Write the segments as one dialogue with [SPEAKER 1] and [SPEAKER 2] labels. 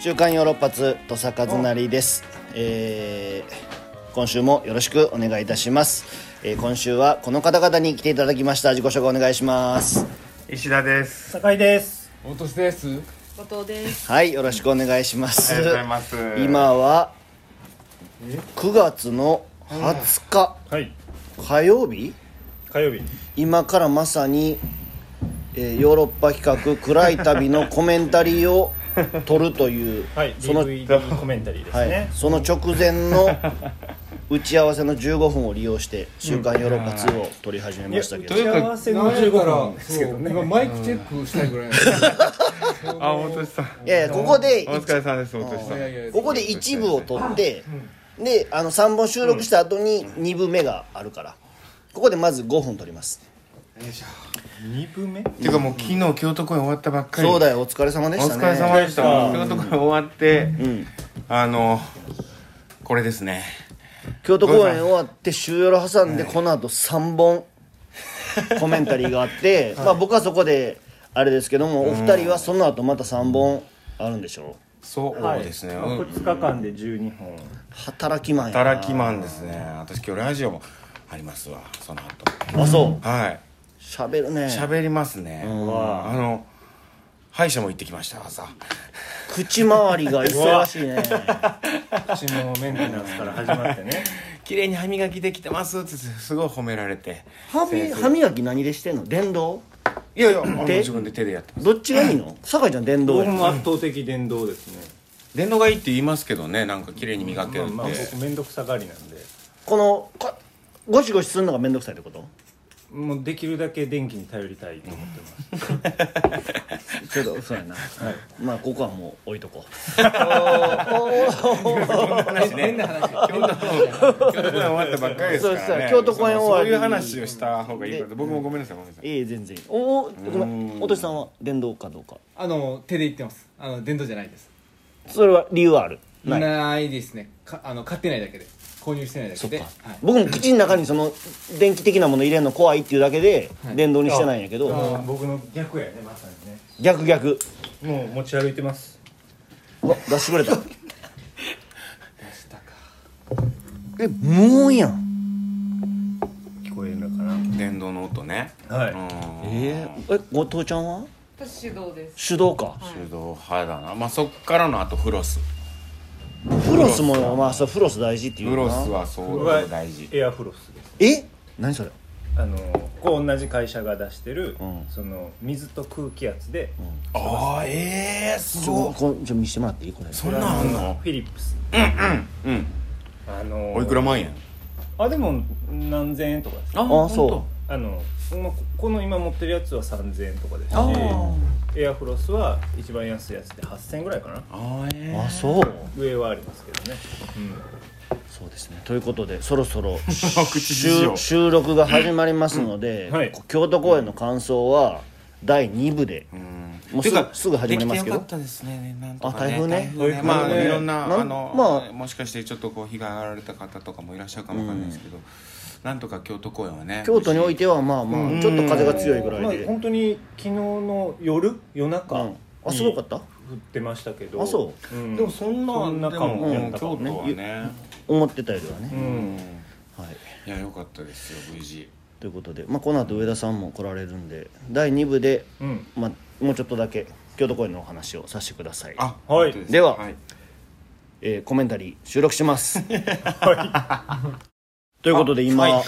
[SPEAKER 1] 週刊ヨーロッパ通土佐和成です、えー今週もよろしくお願いいたします、えー今週はこの方々に来ていただきました自己紹介お願いします
[SPEAKER 2] 石田です。
[SPEAKER 3] 酒井です
[SPEAKER 4] お年です。
[SPEAKER 5] 後藤です。
[SPEAKER 1] はいよろしくお願いします
[SPEAKER 2] ありがとうございます。
[SPEAKER 1] 今は9月の20日
[SPEAKER 3] はい
[SPEAKER 1] 火曜日
[SPEAKER 3] 火曜日
[SPEAKER 1] 今からまさに、えーヨーロッパ企画「暗い旅」のコメンタリーを撮ると いう、
[SPEAKER 3] はい
[SPEAKER 1] その
[SPEAKER 3] DVD コメンタリーで す
[SPEAKER 1] はい
[SPEAKER 3] ね、
[SPEAKER 1] その直前 の打ち合わせの15分を利用して「週刊ヨーロッパ2」を撮り始めましたけど、
[SPEAKER 2] いや
[SPEAKER 3] 幸せの
[SPEAKER 4] なんや
[SPEAKER 3] 15
[SPEAKER 4] ったら
[SPEAKER 3] 分ですけどね
[SPEAKER 4] そう今マイクチェックしたいぐらい。
[SPEAKER 2] あ、お年さん。
[SPEAKER 1] いやいやここで
[SPEAKER 2] お疲れさんです。お年さん。
[SPEAKER 1] ここで一部を撮ってであの3本収録した後に2部目があるからここでまず5分撮ります
[SPEAKER 3] 2分目
[SPEAKER 2] てかもう昨日京都公演終わったばっかり。
[SPEAKER 1] そう
[SPEAKER 2] よ。
[SPEAKER 1] だよお疲れ様で
[SPEAKER 2] お
[SPEAKER 1] した
[SPEAKER 2] 疲れ様
[SPEAKER 1] ね
[SPEAKER 2] でした。京都公演終わって
[SPEAKER 1] ん、
[SPEAKER 2] あのこれですね。
[SPEAKER 1] 京都公演終わって週夜挟んでこの後3本コメンタリーがあ って、まあ僕はそこであれですけどもお二人はその後また3本あるんでしょ
[SPEAKER 2] そうですね。うん
[SPEAKER 3] 2日間で12本
[SPEAKER 1] 働きマンやな
[SPEAKER 2] 働きマンですね。私今日ラジオもありますわ。その後。
[SPEAKER 1] あそう
[SPEAKER 2] はい。
[SPEAKER 1] 喋るね
[SPEAKER 2] 喋りますね。あの歯医者も行ってきました朝。
[SPEAKER 1] 口周りが忙しい ね
[SPEAKER 3] 口のメンテナンスから始まってね
[SPEAKER 2] 綺麗に歯磨きできてますってすごい褒められて。
[SPEAKER 1] 歯み歯磨き何でしてんの電動
[SPEAKER 2] いやいや、あの自分で手でやってます。
[SPEAKER 1] どっちがいいの酒井ちゃん電動
[SPEAKER 3] 僕
[SPEAKER 1] やん
[SPEAKER 3] も圧倒的電動ですね
[SPEAKER 2] 電動がいいって言いますけどね、なんか綺麗に磨けるって。
[SPEAKER 3] まあまあ僕面倒くさがりなんで
[SPEAKER 1] このこゴシゴシするのが面倒くさいってこと
[SPEAKER 3] もうできるだけ電気に頼りたいと思ってます
[SPEAKER 1] ちょっ とそうやな、
[SPEAKER 3] い
[SPEAKER 1] まあここはもう置いとこう
[SPEAKER 2] 話ね。変な話。京都公演終わったばっかりです
[SPEAKER 1] そ
[SPEAKER 2] からね。
[SPEAKER 1] うそう京都公演終わり
[SPEAKER 2] そういう話をした方がいいかと。僕もごめんなさい、ごめんなさい。
[SPEAKER 1] ええ全然おおごめんおとしさんは電動かどうか
[SPEAKER 4] あの手で言ってます。あの電動じゃないです。
[SPEAKER 1] それは理由はある
[SPEAKER 4] な
[SPEAKER 1] ないい
[SPEAKER 4] ですね。かあの買ってないだけで、購入してないだけで。はい。
[SPEAKER 1] 僕も口の中にその電気的なもの入れるの怖いっていうだけで
[SPEAKER 4] はい
[SPEAKER 1] 電動にしてないんやけど、
[SPEAKER 3] もう僕の逆やねまさにね
[SPEAKER 1] 逆逆
[SPEAKER 3] もう持ち歩いてます
[SPEAKER 1] うわ出してくれたえ無音やん
[SPEAKER 3] 聞こえるのかな
[SPEAKER 2] 電動の音ね。
[SPEAKER 3] はい
[SPEAKER 2] うん。
[SPEAKER 1] えー、え後藤ちゃんは
[SPEAKER 5] 私手動です。
[SPEAKER 1] 手動か
[SPEAKER 2] 手動派だな。まあそっからのあとフロス。
[SPEAKER 1] フロスもまあそうフロス大事っていう
[SPEAKER 2] フ
[SPEAKER 1] よ
[SPEAKER 2] ロ
[SPEAKER 1] な
[SPEAKER 2] スは相
[SPEAKER 3] 僕
[SPEAKER 2] 当大事。
[SPEAKER 3] エアフロスです
[SPEAKER 1] え何それ
[SPEAKER 3] あのこう同じ会社が出してる、
[SPEAKER 1] ん
[SPEAKER 3] その水と空気圧で、
[SPEAKER 2] ああ、ええ、す
[SPEAKER 1] ちょこちょ見せてもらっていいこれ
[SPEAKER 2] そんなんあんの
[SPEAKER 3] フィリップス
[SPEAKER 2] うんうん。
[SPEAKER 3] あの
[SPEAKER 2] おいくら万円
[SPEAKER 3] あでも何千円とかです
[SPEAKER 2] あ
[SPEAKER 1] あそ
[SPEAKER 3] あの、まあ、ここの今持ってるやつは3000円とかです
[SPEAKER 2] あ
[SPEAKER 3] しエアフロスは一番安いやつで8000円ぐらいかな
[SPEAKER 2] ああ、ええ。
[SPEAKER 1] あそう
[SPEAKER 3] 上はありますけどね、
[SPEAKER 1] そうですねということでそろそ ろ
[SPEAKER 2] 口事情
[SPEAKER 1] 収収録が始まりますので、
[SPEAKER 3] うんはい
[SPEAKER 1] 京都公演の感想は第2部で、もうす
[SPEAKER 2] て
[SPEAKER 1] ぐ
[SPEAKER 2] か
[SPEAKER 1] すぐ始まりますけ
[SPEAKER 2] できてよか
[SPEAKER 1] ど
[SPEAKER 2] ったですねなんとか
[SPEAKER 1] あ台風ね
[SPEAKER 3] 台風ね
[SPEAKER 2] まあ
[SPEAKER 3] ね
[SPEAKER 2] いろんな
[SPEAKER 1] なん
[SPEAKER 2] あの、
[SPEAKER 1] まあ
[SPEAKER 2] もしかしてちょっとこう被害がられた方とかもいらっしゃるかもわかんないですけど、なんとか京都公演はね
[SPEAKER 1] 京都においてはまあまあちょっと風が強いぐらい
[SPEAKER 3] まあ
[SPEAKER 1] で、
[SPEAKER 3] 本当に昨日の夜夜中、
[SPEAKER 1] うんあすごかった
[SPEAKER 3] 降ってましたけど
[SPEAKER 1] あそ
[SPEAKER 3] うん、
[SPEAKER 2] でもそんな
[SPEAKER 3] そんな
[SPEAKER 2] でも
[SPEAKER 3] 感じやったか
[SPEAKER 2] 京
[SPEAKER 3] も
[SPEAKER 2] 都はね、
[SPEAKER 1] 思ってたよりはね、
[SPEAKER 3] うん
[SPEAKER 1] はい、
[SPEAKER 2] いやよかったですよ無事
[SPEAKER 1] ということで、まあ、この後上田さんも来られるんで第2部で、
[SPEAKER 3] うん
[SPEAKER 1] まあ、もうちょっとだけ京都公演のお話をさせてください、
[SPEAKER 2] あ
[SPEAKER 3] はい
[SPEAKER 2] 本当す
[SPEAKER 1] では
[SPEAKER 2] はい、
[SPEAKER 1] えーコメンタリー収録します、ということで今、
[SPEAKER 3] はい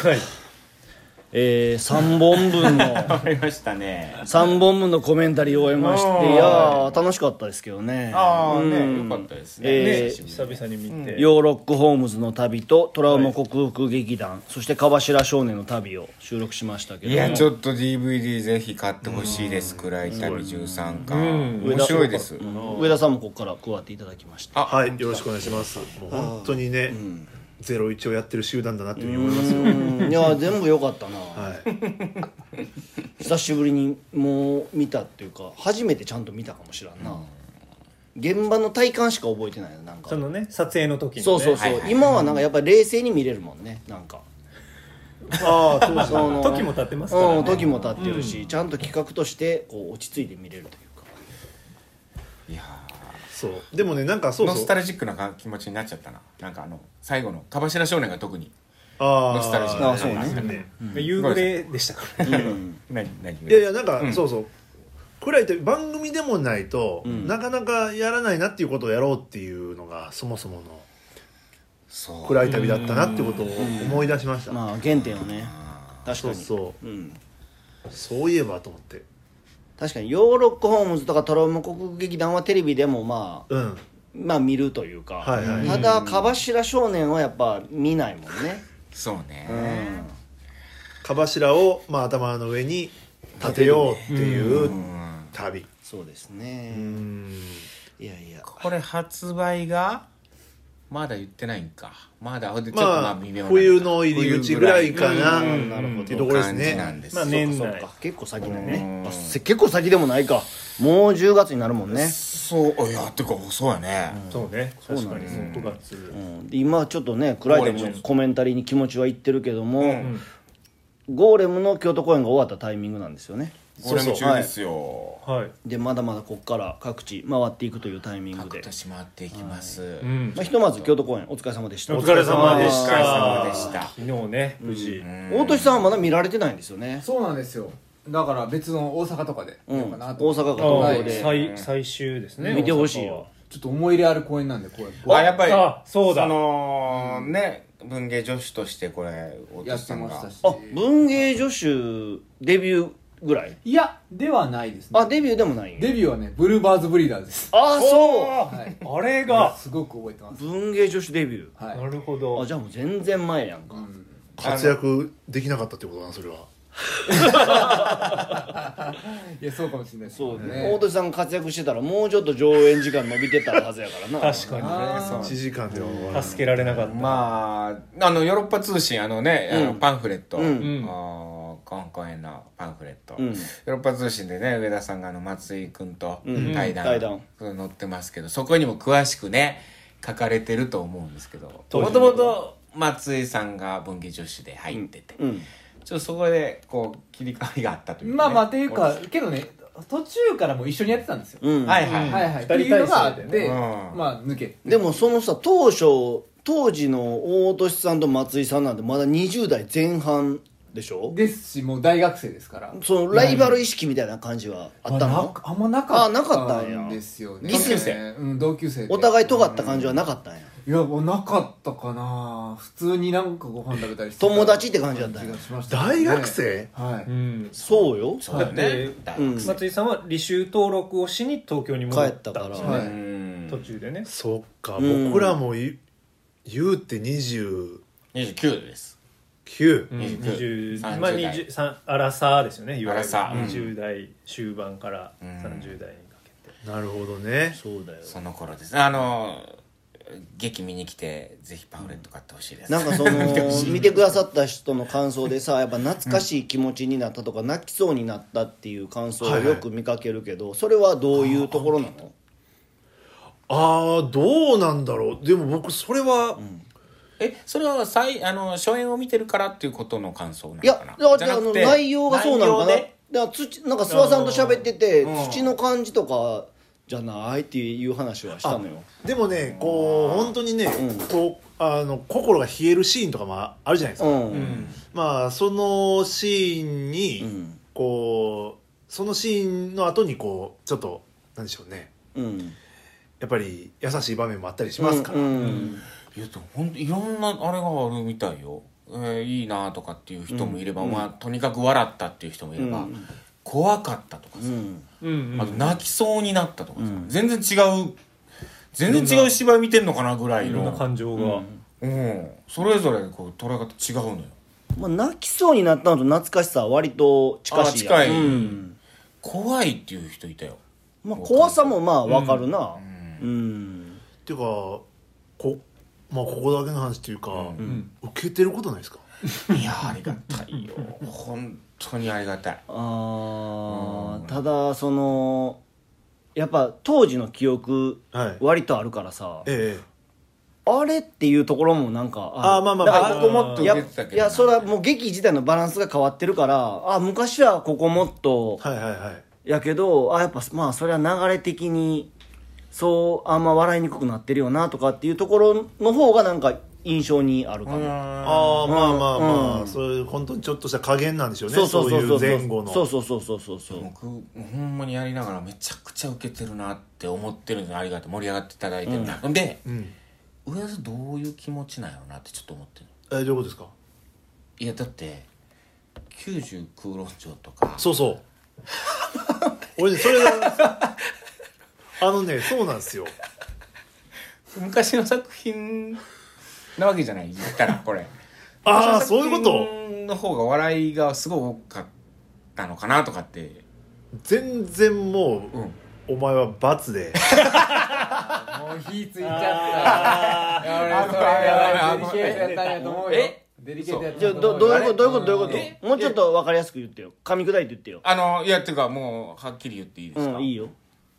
[SPEAKER 1] え3本分の
[SPEAKER 2] わかりましたね
[SPEAKER 1] 3本分のコメンタリーを終えましていやー楽しかったですけどね
[SPEAKER 2] ああ
[SPEAKER 1] う
[SPEAKER 2] ねよ
[SPEAKER 1] ん
[SPEAKER 2] かったですね、
[SPEAKER 1] えー
[SPEAKER 2] 久し
[SPEAKER 3] 久
[SPEAKER 2] ぶり
[SPEAKER 3] 々に見て、
[SPEAKER 1] ヨーロック・ホームズの旅とトラウマ克服劇団、そして「かばしら少年の旅」を収録しましたけど
[SPEAKER 2] いやちょっと DVD ぜひ買ってほしいです暗い旅13巻、面白いです、
[SPEAKER 1] 上田さんもここから加わっていただきました
[SPEAKER 6] はい、よろしくお願いします。もう本当にね、ゼロ一をやってる集団だなっていうふうに思いますよ。
[SPEAKER 1] うんいや全部良かったな、
[SPEAKER 6] はい、
[SPEAKER 1] 久しぶりにもう見たっていうか初めてちゃんと見たかもしらんな、現場の体感しか覚えてないななんか
[SPEAKER 3] そのね撮影の時に、ね、
[SPEAKER 1] そうそうそう、今はなんかやっぱり冷静に見れるもんねなんか
[SPEAKER 3] ああそうです
[SPEAKER 1] その
[SPEAKER 3] 時も経ってますから、ね
[SPEAKER 1] うん、時も経ってるし、ちゃんと企画としてこう落ち着いて見れるというか
[SPEAKER 2] いやー
[SPEAKER 6] そうでもねなんかそう
[SPEAKER 2] ノ
[SPEAKER 6] そ
[SPEAKER 2] ス
[SPEAKER 6] う
[SPEAKER 2] タルジックなか気持ちになっちゃったななんかあの最後の「かばしら少年」が特に
[SPEAKER 6] あー
[SPEAKER 2] ノスタルジック
[SPEAKER 1] あーそうね
[SPEAKER 2] な
[SPEAKER 6] ね
[SPEAKER 3] 夕暮れでしたからね
[SPEAKER 2] 何何
[SPEAKER 6] いやいやなんか、
[SPEAKER 2] うん
[SPEAKER 6] そうそうくらいという番組でもないと、
[SPEAKER 2] ん
[SPEAKER 6] なかなかやらないなっていうことをやろうっていうのがそもそもの
[SPEAKER 2] そう
[SPEAKER 6] 暗い旅だったなってことを思い出しました、
[SPEAKER 1] まあ原点をね確か
[SPEAKER 6] そう
[SPEAKER 1] に、
[SPEAKER 6] そう
[SPEAKER 1] ん、
[SPEAKER 6] そういえばと思って
[SPEAKER 1] 確かにヨーロックホームズとかトロム国劇団はテレビでもまあ
[SPEAKER 6] うん
[SPEAKER 1] まあ見るというか、
[SPEAKER 6] はいはい
[SPEAKER 1] ただ「かばしら少年」はやっぱ見ないもんね
[SPEAKER 2] そうね、
[SPEAKER 6] かばしらを、まあ、頭の上に立てようっていう旅
[SPEAKER 1] そうです
[SPEAKER 6] う
[SPEAKER 1] ね
[SPEAKER 6] ん
[SPEAKER 1] いやいや
[SPEAKER 2] これ発売がまだ言ってないんかまだほんでちょっとまあ
[SPEAKER 6] まあ
[SPEAKER 2] 微妙な
[SPEAKER 6] 冬の入り口ぐらいかな
[SPEAKER 1] 冬ぐらいうん
[SPEAKER 6] っていうところです
[SPEAKER 2] 感じな
[SPEAKER 6] ね
[SPEAKER 2] んです
[SPEAKER 3] まあ年内
[SPEAKER 1] あ結構先だよ
[SPEAKER 2] うん
[SPEAKER 1] ねあせ結構先でもないかもう10月になるもんね、
[SPEAKER 2] そういやってかそうやね、
[SPEAKER 3] そうね
[SPEAKER 1] そうな
[SPEAKER 3] 確
[SPEAKER 1] ん
[SPEAKER 3] か
[SPEAKER 1] で
[SPEAKER 3] に
[SPEAKER 1] す
[SPEAKER 3] 9月
[SPEAKER 1] うん、で今ちょっとね暗いで
[SPEAKER 2] ゴーレ
[SPEAKER 1] も
[SPEAKER 2] ムの
[SPEAKER 1] コメンタリーに気持ちはいってるけども、
[SPEAKER 2] ん
[SPEAKER 1] ゴーレムの京都公演が終わったタイミングなんですよね
[SPEAKER 2] これも中ですよ、
[SPEAKER 3] はい
[SPEAKER 1] でまだまだここから各地回っていくというタイミング
[SPEAKER 2] 各
[SPEAKER 1] で、
[SPEAKER 2] 年回っていきます、
[SPEAKER 3] ん
[SPEAKER 1] まあ、ひとまず京都公演お疲れ様でした
[SPEAKER 3] お疲れ様でした
[SPEAKER 2] お疲れ様でした
[SPEAKER 3] 昨日ね無事
[SPEAKER 1] 大俊さんはまだ見られてないんですよね
[SPEAKER 4] そうなんですよだから別の大阪とかで見ようかなと、
[SPEAKER 1] うん大阪か
[SPEAKER 3] あ
[SPEAKER 1] 東
[SPEAKER 3] あ
[SPEAKER 1] 京で
[SPEAKER 3] 最最終ですね
[SPEAKER 1] 見てほしいよ
[SPEAKER 4] ちょっと思い入れある公園なんでこうやって
[SPEAKER 2] あやっぱり
[SPEAKER 3] あそうだ
[SPEAKER 2] のね文芸女子としてこれお
[SPEAKER 4] や
[SPEAKER 2] 父
[SPEAKER 4] っ
[SPEAKER 2] さ
[SPEAKER 4] て
[SPEAKER 2] ん
[SPEAKER 4] ま
[SPEAKER 2] が
[SPEAKER 4] したし
[SPEAKER 1] あ文芸女子デビューぐらい
[SPEAKER 4] いやではないですね
[SPEAKER 1] あデビューでもない
[SPEAKER 4] デビューはねブルーバーズブリーダーズです
[SPEAKER 1] ああそう
[SPEAKER 3] そうあれが
[SPEAKER 4] すごく覚えてます
[SPEAKER 1] 文芸女子デビュ
[SPEAKER 4] は
[SPEAKER 3] ないるほ
[SPEAKER 1] ーあ
[SPEAKER 3] ど
[SPEAKER 1] じゃあもう全然前やんか、
[SPEAKER 6] 活躍できなかったってことだなそれはい
[SPEAKER 4] やそうかもしれないです
[SPEAKER 1] そうね大俊さんが活躍してたらもうちょっと上演時間伸びてたはずやからな
[SPEAKER 3] 確か
[SPEAKER 6] 1時間では終わら
[SPEAKER 3] に
[SPEAKER 6] ない
[SPEAKER 3] 助けられなかった
[SPEAKER 2] まああのヨーロッパ通信あのね、あのパンフレット、
[SPEAKER 1] うん
[SPEAKER 3] うん
[SPEAKER 2] あー今公演のパンフレット、
[SPEAKER 1] うん
[SPEAKER 2] ヨーロッパ通信でね上田さんがあの松井君と
[SPEAKER 1] うん
[SPEAKER 2] 対談,、
[SPEAKER 1] 対談
[SPEAKER 2] 載ってますけどそこにも詳しくね書かれてると思うんですけども
[SPEAKER 3] 当時
[SPEAKER 2] ともと松井さんが文芸女子で入ってて、
[SPEAKER 1] うん
[SPEAKER 2] ちょっとそこでこう切り替わりがあったというかね、
[SPEAKER 4] まあまあっていうかけどね途中からもう一緒にやってたんですよ、
[SPEAKER 1] うん、
[SPEAKER 2] はいはい、
[SPEAKER 4] はいは
[SPEAKER 3] 二
[SPEAKER 4] いっ
[SPEAKER 3] 人
[SPEAKER 4] て
[SPEAKER 3] 体制でね
[SPEAKER 4] いうのがあって、
[SPEAKER 2] うん
[SPEAKER 4] まあ抜け
[SPEAKER 1] でもそのさ当初当時の大俊さんと松井さんなんてまだ20代前半でしょ
[SPEAKER 4] ですしもう大学生ですから
[SPEAKER 1] そのライバル意識みたいな感じはあった
[SPEAKER 4] まあな
[SPEAKER 1] の
[SPEAKER 4] あんまなか
[SPEAKER 1] あなかったんや
[SPEAKER 4] ったんですよね
[SPEAKER 1] 同級
[SPEAKER 2] 生
[SPEAKER 4] うん同級生で
[SPEAKER 1] お互い尖った感じはなかったんや
[SPEAKER 4] いやもうなかったかな普通になんかご飯食べたりして
[SPEAKER 1] 友達って感じだったんや
[SPEAKER 4] 気がしました
[SPEAKER 6] 大学生
[SPEAKER 4] は
[SPEAKER 3] う
[SPEAKER 4] い
[SPEAKER 3] ん
[SPEAKER 1] そうよ
[SPEAKER 2] そうだよね
[SPEAKER 3] だ
[SPEAKER 1] うん
[SPEAKER 3] 松井さんは履修登録をしに東京に戻ったんですよね
[SPEAKER 1] 帰ったか
[SPEAKER 4] はい
[SPEAKER 2] うん
[SPEAKER 3] 途中でね
[SPEAKER 6] そっか
[SPEAKER 1] うん
[SPEAKER 6] 僕らもい言うて29
[SPEAKER 2] 29です
[SPEAKER 3] うん
[SPEAKER 2] 29
[SPEAKER 3] 20
[SPEAKER 2] 代
[SPEAKER 3] まあ20さんアラサーですよねいわゆ
[SPEAKER 2] アラ
[SPEAKER 3] る
[SPEAKER 2] サーうん
[SPEAKER 3] 20代終盤から
[SPEAKER 2] うん
[SPEAKER 3] 30代にかけて
[SPEAKER 6] なるほどね
[SPEAKER 1] そうだよ
[SPEAKER 2] その頃ですあの劇見に来てぜひパンフレット買ってほしいです
[SPEAKER 1] なんか その見てくださった人の感想でさやっぱ懐かしい気持ちになったとか、泣きそうになったっていう感想をよく見かけるけど、それはどういうところなの
[SPEAKER 6] ああどうなんだろうでも僕それは、
[SPEAKER 2] えそれはさいあの初演を見てるからっていうことの感想なの
[SPEAKER 1] いや
[SPEAKER 2] かな
[SPEAKER 1] だか
[SPEAKER 2] じゃ
[SPEAKER 1] らあ
[SPEAKER 2] なく
[SPEAKER 1] の
[SPEAKER 2] て
[SPEAKER 1] 内容がそうなのかな
[SPEAKER 2] 内
[SPEAKER 1] だ
[SPEAKER 2] 容
[SPEAKER 1] か
[SPEAKER 2] で
[SPEAKER 1] ら土なんか諏訪さんと喋ってて、
[SPEAKER 2] うん
[SPEAKER 1] 土の感じとかじゃないっていう話はしたのよ
[SPEAKER 6] でもねこう本当にね、こうあの心が冷えるシーンとかもあるじゃないです
[SPEAKER 1] う
[SPEAKER 6] か、
[SPEAKER 1] ん、
[SPEAKER 6] まあそのシーンに、
[SPEAKER 1] うん
[SPEAKER 6] こうそのシーンの後にこうちょっとなんでしょうね
[SPEAKER 1] うん
[SPEAKER 6] やっぱり優しい場面もあったりしますから、
[SPEAKER 1] うん
[SPEAKER 2] いやでもほんといろんなあれがあるみたいよ、えーいいなとかっていう人もいれば、まあ、とにかく笑ったっていう人もいれば、怖かったとかさ、
[SPEAKER 1] うん
[SPEAKER 3] うん
[SPEAKER 2] あと泣きそうになったとかさ、全然違う全然違う芝居見てんのかなぐらい
[SPEAKER 3] いろんな
[SPEAKER 2] の
[SPEAKER 3] 感情が
[SPEAKER 2] うん、それぞれこう捉え方違うのよ
[SPEAKER 1] まあ、泣きそうになったのと懐かしさは割と近しいやん
[SPEAKER 2] あ近い
[SPEAKER 1] うん
[SPEAKER 2] 怖いっていう人いたよ
[SPEAKER 1] まあ、怖さもまあわかるなうん、
[SPEAKER 6] っていうかこまあここだけの話っていうか、
[SPEAKER 2] ん
[SPEAKER 6] 受けてることないですか
[SPEAKER 2] いやありがたいよ本当にありがたい
[SPEAKER 1] あーただそのやっぱ当時の記憶
[SPEAKER 6] はい
[SPEAKER 1] 割とあるからさ、
[SPEAKER 6] ええ
[SPEAKER 1] あれっていうところもなんか
[SPEAKER 6] あーまあまあまあ
[SPEAKER 1] だから
[SPEAKER 6] あー
[SPEAKER 1] ここもっといや
[SPEAKER 2] 受けてたけど
[SPEAKER 1] いやそれはもう劇自体のバランスが変わってるからあ昔はここもっと
[SPEAKER 6] はいはいはい
[SPEAKER 1] やけどあやっぱまあそれは流れ的にそうあんま笑いにくくなってるよなとかっていうところの方がなんか印象にあるかも、
[SPEAKER 6] ああまあまあまあ、
[SPEAKER 1] うん
[SPEAKER 6] そういう本当にちょっとした加減なんでしょうね
[SPEAKER 1] そ
[SPEAKER 6] そうう
[SPEAKER 1] そうそうそう
[SPEAKER 6] いう前後の
[SPEAKER 1] そうそうそうそうそうそう
[SPEAKER 2] 僕ほんまにやりながらめちゃくちゃウケてるなって思ってるんですよありがとう盛り上がっていただいてるな、ん、で、
[SPEAKER 6] ん
[SPEAKER 2] 上田さんどういう気持ちなんやろうなってちょっと思ってる
[SPEAKER 6] えーどういうことですか
[SPEAKER 2] いやだって90空論町とか
[SPEAKER 6] そうそう 俺ねそれがあのねそうなんですよ
[SPEAKER 2] 昔の作品なわけじゃない言ったらこれ
[SPEAKER 6] ああそういうこ
[SPEAKER 2] 昔の
[SPEAKER 6] と
[SPEAKER 2] 作品の方が笑いがすごい多かったのかなとかって
[SPEAKER 6] 全然もう、
[SPEAKER 2] うん
[SPEAKER 6] お前は罰で
[SPEAKER 4] もう火ついちゃった。やばい
[SPEAKER 2] ああ
[SPEAKER 4] やばいデリケートやったんやと思うよ。
[SPEAKER 2] え
[SPEAKER 4] デリケートやった
[SPEAKER 1] じゃ
[SPEAKER 4] ん
[SPEAKER 1] あ
[SPEAKER 4] やと思
[SPEAKER 1] ど
[SPEAKER 4] う
[SPEAKER 1] ど
[SPEAKER 4] よ
[SPEAKER 1] ういうことどういうことどういう
[SPEAKER 2] え
[SPEAKER 1] こともうちょっと分かりやすく言ってよ噛み砕いて言ってよ
[SPEAKER 2] あのいやっていうかもうはっきり言っていいですか、
[SPEAKER 1] うんいいよ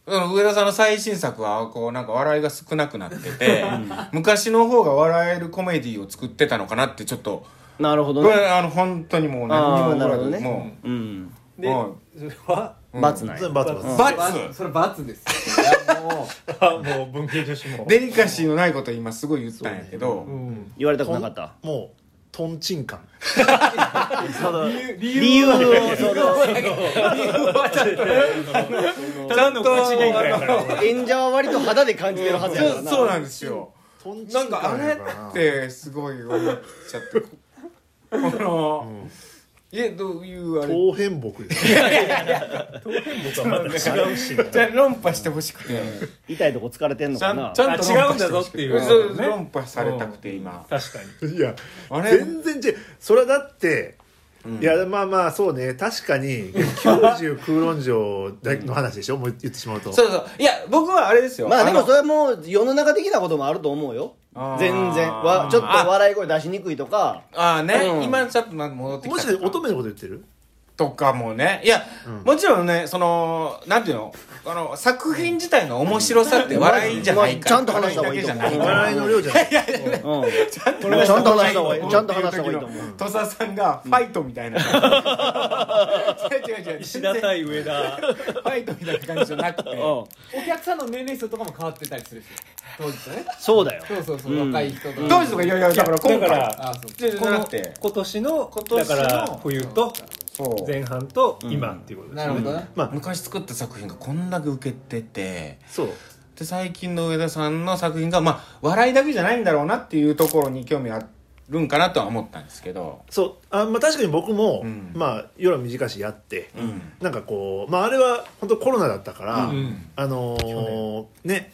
[SPEAKER 2] うん上田さんの最新作はこうなんか笑いが少なくなってて、昔の方が笑えるコメディを作ってたのかなってちょっと、
[SPEAKER 1] なるほど
[SPEAKER 2] これ
[SPEAKER 1] ね
[SPEAKER 2] あの本当にもう
[SPEAKER 1] あ
[SPEAKER 2] 何
[SPEAKER 1] ー
[SPEAKER 2] にも
[SPEAKER 1] なる
[SPEAKER 2] ら
[SPEAKER 1] ほどね
[SPEAKER 2] も
[SPEAKER 1] うん
[SPEAKER 2] う、も
[SPEAKER 4] それは
[SPEAKER 2] う
[SPEAKER 1] 罰ない、
[SPEAKER 6] 全然罰罰、
[SPEAKER 2] う
[SPEAKER 6] うんん
[SPEAKER 2] 罰
[SPEAKER 4] それ罰ですよ。いやもう
[SPEAKER 3] あもう文系女子 も
[SPEAKER 2] デリカシーのないことを今すごい言ったんやけど、
[SPEAKER 1] 言われたくなかった
[SPEAKER 6] もうとんちん感
[SPEAKER 1] 理由をその
[SPEAKER 2] ちゃんと
[SPEAKER 1] 演者は割と肌で感じてるはずやから
[SPEAKER 2] そう
[SPEAKER 1] な
[SPEAKER 2] そうなんですよ
[SPEAKER 6] とんち
[SPEAKER 2] なん
[SPEAKER 6] ん
[SPEAKER 2] かあ
[SPEAKER 6] 感
[SPEAKER 2] れ
[SPEAKER 6] やからな
[SPEAKER 2] ってすごい思っちゃってこの、えどういうあれ
[SPEAKER 6] 当変木ですね
[SPEAKER 3] 僕はまた違うし
[SPEAKER 2] じゃあ論破してほしくて、
[SPEAKER 1] 痛いとこ疲れてんの
[SPEAKER 2] ちゃ
[SPEAKER 1] かなん
[SPEAKER 2] ちゃんと論破してほしく
[SPEAKER 3] あ違うんだぞっていう
[SPEAKER 2] そう論破されたくて今、
[SPEAKER 3] 確かに
[SPEAKER 6] いや
[SPEAKER 2] あれ
[SPEAKER 6] 全然違うそれはだって、いやまあまあそうね確かに90空論城だの話でしょ、もう言ってしまうと
[SPEAKER 2] そうそういや僕はあれです よ
[SPEAKER 1] まあでも
[SPEAKER 2] の
[SPEAKER 1] それはもう世の中的なこともあると思うよ
[SPEAKER 2] あー
[SPEAKER 1] 全然わちょっと
[SPEAKER 2] あ
[SPEAKER 1] 笑い声出しにくいとか
[SPEAKER 2] ああね、
[SPEAKER 1] うん
[SPEAKER 2] 今ちょっとなんか戻ってき
[SPEAKER 6] も
[SPEAKER 2] た
[SPEAKER 6] しかして乙女のこと言ってる
[SPEAKER 2] とかもねいや、
[SPEAKER 6] ん
[SPEAKER 2] もちろんねそのなんていうのあの作品自体の面白さって笑いじゃないから、
[SPEAKER 1] うんまあちゃんと話した方がいいと思う
[SPEAKER 2] 笑だけじゃないから
[SPEAKER 6] 笑いの量じゃない
[SPEAKER 1] うんちゃんと話した方がいいちゃんと話した方がいいと思う
[SPEAKER 2] 土佐さんがファイトみたいな、違う違う違う
[SPEAKER 3] 石田対上田
[SPEAKER 2] ファイトみたいな感じじゃなくて
[SPEAKER 1] うん
[SPEAKER 4] お客さんの年齢層とかも変わってたりするし、当時とね。
[SPEAKER 1] そうだよ
[SPEAKER 4] そうそうそう、若い人とか。
[SPEAKER 2] 当時とかいやいやだから今
[SPEAKER 3] だか
[SPEAKER 2] 回
[SPEAKER 3] ら
[SPEAKER 4] あそう。
[SPEAKER 2] じゃじゃなくて
[SPEAKER 3] 今年の
[SPEAKER 2] 今年の
[SPEAKER 3] だから冬と
[SPEAKER 2] そう
[SPEAKER 3] 前半と今っていうことです
[SPEAKER 4] な
[SPEAKER 3] ね
[SPEAKER 4] るほどね。
[SPEAKER 6] まあ
[SPEAKER 2] 昔作った作品がこんだけ受けてて
[SPEAKER 6] そう
[SPEAKER 2] で最近の上田さんの作品がまあ笑いだけじゃないんだろうなっていうところに興味あるんかなとは思ったんですけど
[SPEAKER 6] そうあ、まあ、確かに僕も、
[SPEAKER 2] うん
[SPEAKER 6] まあ夜は短しやって、
[SPEAKER 2] うん
[SPEAKER 6] なんかこうまああれは本当コロナだったから、
[SPEAKER 3] うん
[SPEAKER 6] あのーね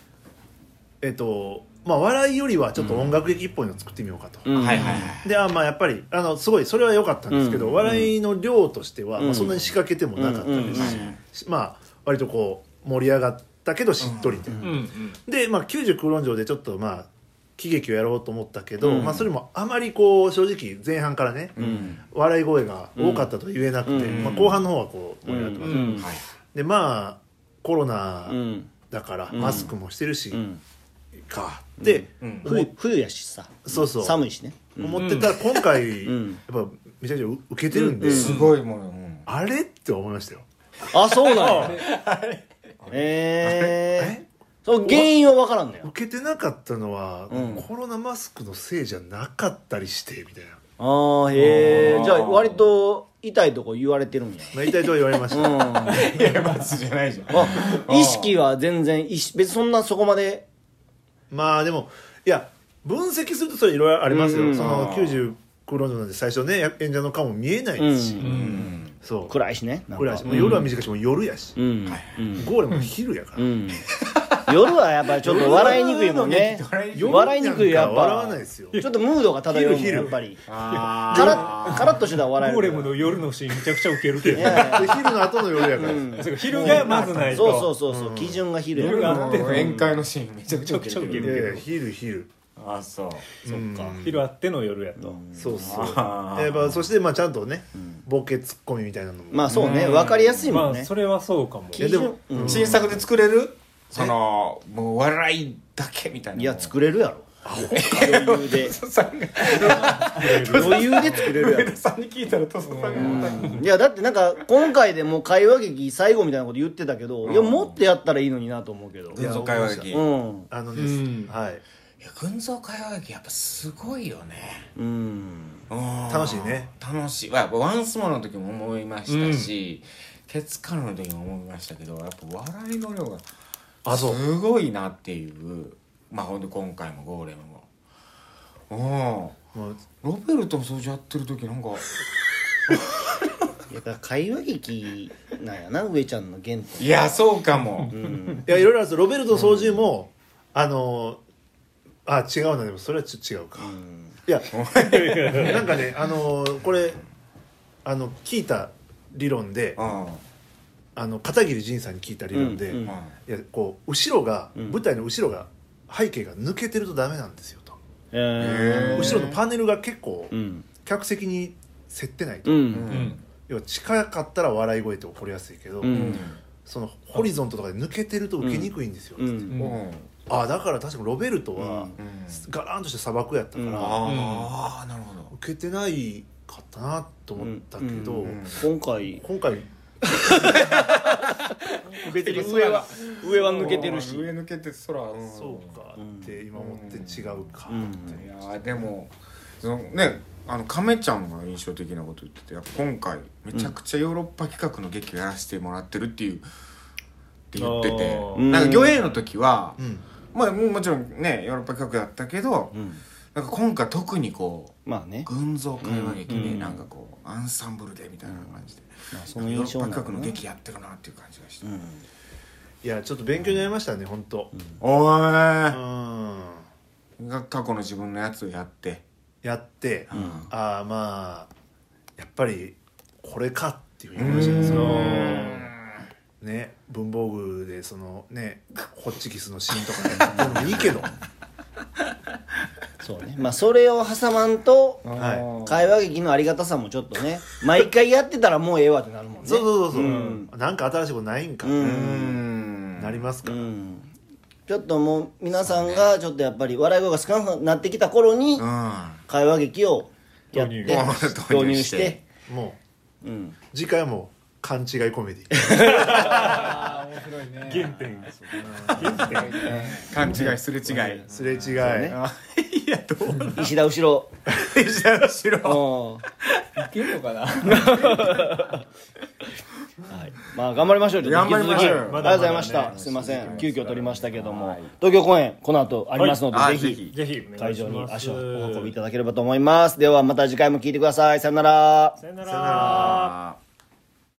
[SPEAKER 6] えっとまあ笑いよりはちょっと音楽劇っぽいの作ってみようかと、
[SPEAKER 1] うん
[SPEAKER 2] はいはいはい
[SPEAKER 6] であまあやっぱりあのすごいそれは良かったんですけど、
[SPEAKER 1] うん
[SPEAKER 6] 笑いの量としては、
[SPEAKER 1] うん
[SPEAKER 6] まあ、そんなに仕掛けてもなかったですし、
[SPEAKER 2] うんうんうん
[SPEAKER 6] まあ割とこう盛り上がったけどしっとりみたいな
[SPEAKER 3] うんうん
[SPEAKER 6] で、まあ、九十九論城でちょっとまあ喜劇をやろうと思ったけど、
[SPEAKER 2] うん
[SPEAKER 6] まあ、それもあまりこう正直前半からね、
[SPEAKER 2] うん
[SPEAKER 6] 笑い声が多かったと言えなくて、
[SPEAKER 1] うん
[SPEAKER 6] まあ、後半の方はこう盛り上がってます、
[SPEAKER 3] うん
[SPEAKER 2] はい
[SPEAKER 6] でまあコロナ
[SPEAKER 1] うん
[SPEAKER 6] だから
[SPEAKER 1] ん
[SPEAKER 6] マスクもしてるし、
[SPEAKER 1] うん
[SPEAKER 6] かって、
[SPEAKER 2] うん
[SPEAKER 6] 思っ
[SPEAKER 1] 冬冬やしさ
[SPEAKER 6] そうそう
[SPEAKER 1] 寒いしね
[SPEAKER 6] 思ってたら今回、
[SPEAKER 1] うん
[SPEAKER 6] やっぱめちゃくちゃウケてるんで、
[SPEAKER 2] すごいもの、うん
[SPEAKER 6] あれって思いましたよ
[SPEAKER 1] あそうなんやええそう原因は分からんのよ
[SPEAKER 6] 受けてなかったのは、
[SPEAKER 1] うん
[SPEAKER 6] コロナマスクのせいじゃなかったりしてみたいな、
[SPEAKER 1] ああへ
[SPEAKER 2] あ
[SPEAKER 1] え
[SPEAKER 2] ー
[SPEAKER 1] じゃあ割と痛いとこ言われてるんや
[SPEAKER 6] まあ、言いたいとは言われま し
[SPEAKER 1] う
[SPEAKER 6] た、
[SPEAKER 1] ん
[SPEAKER 2] いや罰じゃないじゃん
[SPEAKER 1] あ意識は全然意識別にそんなそこまで
[SPEAKER 6] まあでもいや分析するとそれいろいろありますよ、
[SPEAKER 1] うん
[SPEAKER 6] そ
[SPEAKER 2] あ
[SPEAKER 6] の
[SPEAKER 2] ー
[SPEAKER 6] 90クローなんで最初ねや演者の顔も見えないですし、
[SPEAKER 1] う
[SPEAKER 2] うん
[SPEAKER 6] そう
[SPEAKER 1] 暗いしねなんか
[SPEAKER 6] 暗いしもう夜は短いしもう夜やし、
[SPEAKER 1] うんうん
[SPEAKER 6] ゴーレムも昼やから、
[SPEAKER 1] うん夜はやっぱりちょっと笑いにくいもんね
[SPEAKER 6] 夜
[SPEAKER 1] 笑いにくいよやっぱ
[SPEAKER 6] 笑わないですよ
[SPEAKER 1] ちょっとムードが漂うもん
[SPEAKER 6] 昼昼
[SPEAKER 1] やっぱり
[SPEAKER 2] あ
[SPEAKER 1] カ
[SPEAKER 2] ー
[SPEAKER 1] ラッカラッとしてたら笑え
[SPEAKER 3] ゴーレ
[SPEAKER 1] る
[SPEAKER 3] ムの夜のシーンめちゃくちゃウケるけ
[SPEAKER 1] い
[SPEAKER 3] ど
[SPEAKER 1] やいや
[SPEAKER 6] で昼の後の夜やから、
[SPEAKER 1] うん
[SPEAKER 3] そうか昼がまずないと
[SPEAKER 1] そうそうそうそう基準が昼や
[SPEAKER 3] 夜が
[SPEAKER 2] もう宴会のシーンめちゃくちゃウケて
[SPEAKER 3] めちゃくちゃウ
[SPEAKER 2] る
[SPEAKER 3] ケ
[SPEAKER 6] い
[SPEAKER 3] る
[SPEAKER 6] やいや昼昼
[SPEAKER 2] あそう
[SPEAKER 1] そっか
[SPEAKER 3] 昼あっての夜やと
[SPEAKER 6] そうそう
[SPEAKER 2] あー
[SPEAKER 6] やっぱそしてまあちゃんとね、ボケツッコミみたいなのも、
[SPEAKER 1] まあそうね分かりやすい
[SPEAKER 3] ま
[SPEAKER 1] もん
[SPEAKER 3] あ
[SPEAKER 1] ね
[SPEAKER 3] それはそうかも
[SPEAKER 6] いやでも、
[SPEAKER 2] 新作で作れるそのもう笑いだけみたいないい
[SPEAKER 1] や作れるやろ余裕で
[SPEAKER 2] さんが
[SPEAKER 1] 余裕で作れるやろ
[SPEAKER 2] さんに聞いたら土佐さんが
[SPEAKER 1] いやだってなんか今回でもう会話劇最後みたいなこと言ってたけど、いやもっとやったらいいのになと思うけど
[SPEAKER 2] 群像会話劇いや
[SPEAKER 1] うん
[SPEAKER 6] あのね、
[SPEAKER 4] うん
[SPEAKER 6] はい
[SPEAKER 2] 群像会話劇やっぱすごいよね
[SPEAKER 1] うん
[SPEAKER 2] うん
[SPEAKER 6] 楽しいね
[SPEAKER 2] 楽しいまあやっぱワンスモの時も思いましたし、ケツカルの時も思いましたけどやっぱ笑いの量が
[SPEAKER 6] あそう
[SPEAKER 2] すごいなっていうまあほんで今回もゴーレムも
[SPEAKER 6] もう
[SPEAKER 2] うんロベルト掃除やってる時なんか
[SPEAKER 1] いやだから会話劇なんやな上ちゃんの原点
[SPEAKER 2] いやそうかも、
[SPEAKER 1] うん
[SPEAKER 6] いやいろいろあるんですよロベルト操縦も、あのあ違うなでもそれはちょっと違うか、
[SPEAKER 1] うん
[SPEAKER 6] いやなんかね あのこれあの聞いた理論で
[SPEAKER 2] うん
[SPEAKER 6] あの片桐仁さんに聞いた理論で、
[SPEAKER 1] うんうん
[SPEAKER 2] まあ
[SPEAKER 6] いやこう後ろが、
[SPEAKER 1] うん
[SPEAKER 6] 舞台の後ろが背景が抜けてるとダメなんですよと
[SPEAKER 1] えー
[SPEAKER 2] へー
[SPEAKER 6] 後ろのパネルが結構
[SPEAKER 1] うん
[SPEAKER 6] 客席に競ってないと、
[SPEAKER 1] う
[SPEAKER 2] うんん
[SPEAKER 6] 要は近かったら笑い声って起こりやすいけど、
[SPEAKER 1] うん
[SPEAKER 6] そのホリゾントとかで抜けてると受けにくいんですよ、
[SPEAKER 1] うん
[SPEAKER 2] うん、
[SPEAKER 6] ああだから確かロベルトは、
[SPEAKER 1] うん
[SPEAKER 2] うん
[SPEAKER 6] ガランとして砂漠やったから、
[SPEAKER 1] うん
[SPEAKER 2] ああ、なるほど
[SPEAKER 6] 受けてないかったなと思ったけど、
[SPEAKER 1] うん
[SPEAKER 2] うん
[SPEAKER 1] 今回
[SPEAKER 6] 今回
[SPEAKER 1] 別に上は上は抜けてるし
[SPEAKER 2] 上抜けて空うん
[SPEAKER 6] そうか
[SPEAKER 1] うん
[SPEAKER 6] って今思って違うか
[SPEAKER 1] うん
[SPEAKER 6] って
[SPEAKER 2] いやーでもそのねあの亀ちゃんが印象的なこと言っててやっぱ今回めちゃくちゃヨーロッパ企画の劇をやらせてもらってるっていう、って言ってて
[SPEAKER 3] あー
[SPEAKER 1] うん
[SPEAKER 2] なんか魚影の時は、
[SPEAKER 6] うん
[SPEAKER 2] まあもうもちろんねヨーロッパ企画だったけど、
[SPEAKER 1] うん
[SPEAKER 2] なんか今回特にこ
[SPEAKER 1] まあね
[SPEAKER 2] う群像会話劇で、
[SPEAKER 1] うん
[SPEAKER 2] なんかこうアンサンブルでみたいな感じで、
[SPEAKER 1] まあそ
[SPEAKER 2] な
[SPEAKER 1] の
[SPEAKER 2] んかヨ
[SPEAKER 1] 印象
[SPEAKER 2] ーロッ
[SPEAKER 1] な
[SPEAKER 2] パ
[SPEAKER 1] んだな
[SPEAKER 2] 企画の劇やってるなっていう感じがして、
[SPEAKER 1] うん
[SPEAKER 6] いやちょっと勉強になりましたね本当
[SPEAKER 2] お
[SPEAKER 6] う
[SPEAKER 2] ー
[SPEAKER 6] ん
[SPEAKER 2] が過去の自分のやつをやって、
[SPEAKER 6] やって、
[SPEAKER 2] うん
[SPEAKER 6] ああまあやっぱりこれかっていうふうに思いましたね
[SPEAKER 2] うん
[SPEAKER 6] そのね文房具でそのねホッチキスの芯とかねでもいい けど
[SPEAKER 1] そうねまあそれを挟まんと
[SPEAKER 6] は
[SPEAKER 1] 会話劇のありがたさもちょっとね 毎回やってたらもうええわってなるもんね
[SPEAKER 6] そうそうそうそう、
[SPEAKER 1] うん
[SPEAKER 6] なんか新しいことないんか、
[SPEAKER 1] うん
[SPEAKER 2] うん
[SPEAKER 6] なりますか
[SPEAKER 1] う
[SPEAKER 6] ら、
[SPEAKER 1] んちょっともう皆さんがちょっとやっぱり笑い声が少なくなってきた頃に
[SPEAKER 2] うん
[SPEAKER 1] 会話劇をやって
[SPEAKER 2] 導
[SPEAKER 1] 導
[SPEAKER 2] 入
[SPEAKER 1] 入して
[SPEAKER 6] も
[SPEAKER 1] うん
[SPEAKER 6] う次回も勘違いコメディ
[SPEAKER 4] ああ面白いね原点
[SPEAKER 2] 勘違いすれ違い
[SPEAKER 6] すれ違い、
[SPEAKER 2] あいやどうなん
[SPEAKER 1] 石田後ろ
[SPEAKER 2] でしょう
[SPEAKER 1] うん
[SPEAKER 4] いけるのかな
[SPEAKER 1] はい、まあ頑張りましょうちょっと引き続き
[SPEAKER 2] 頑張りましょう
[SPEAKER 1] はいありがとうございました、すいません急遽取りましたけども、東京公演この後ありますので、
[SPEAKER 2] はい
[SPEAKER 1] ぜ
[SPEAKER 2] あぜ
[SPEAKER 1] ひ
[SPEAKER 2] ひ
[SPEAKER 3] ぜひお願
[SPEAKER 1] 会
[SPEAKER 3] いし
[SPEAKER 1] 場に
[SPEAKER 3] ます
[SPEAKER 1] 足をお運びいただければと思いますではまた次回も聞いてくださいさよなら
[SPEAKER 3] さよなら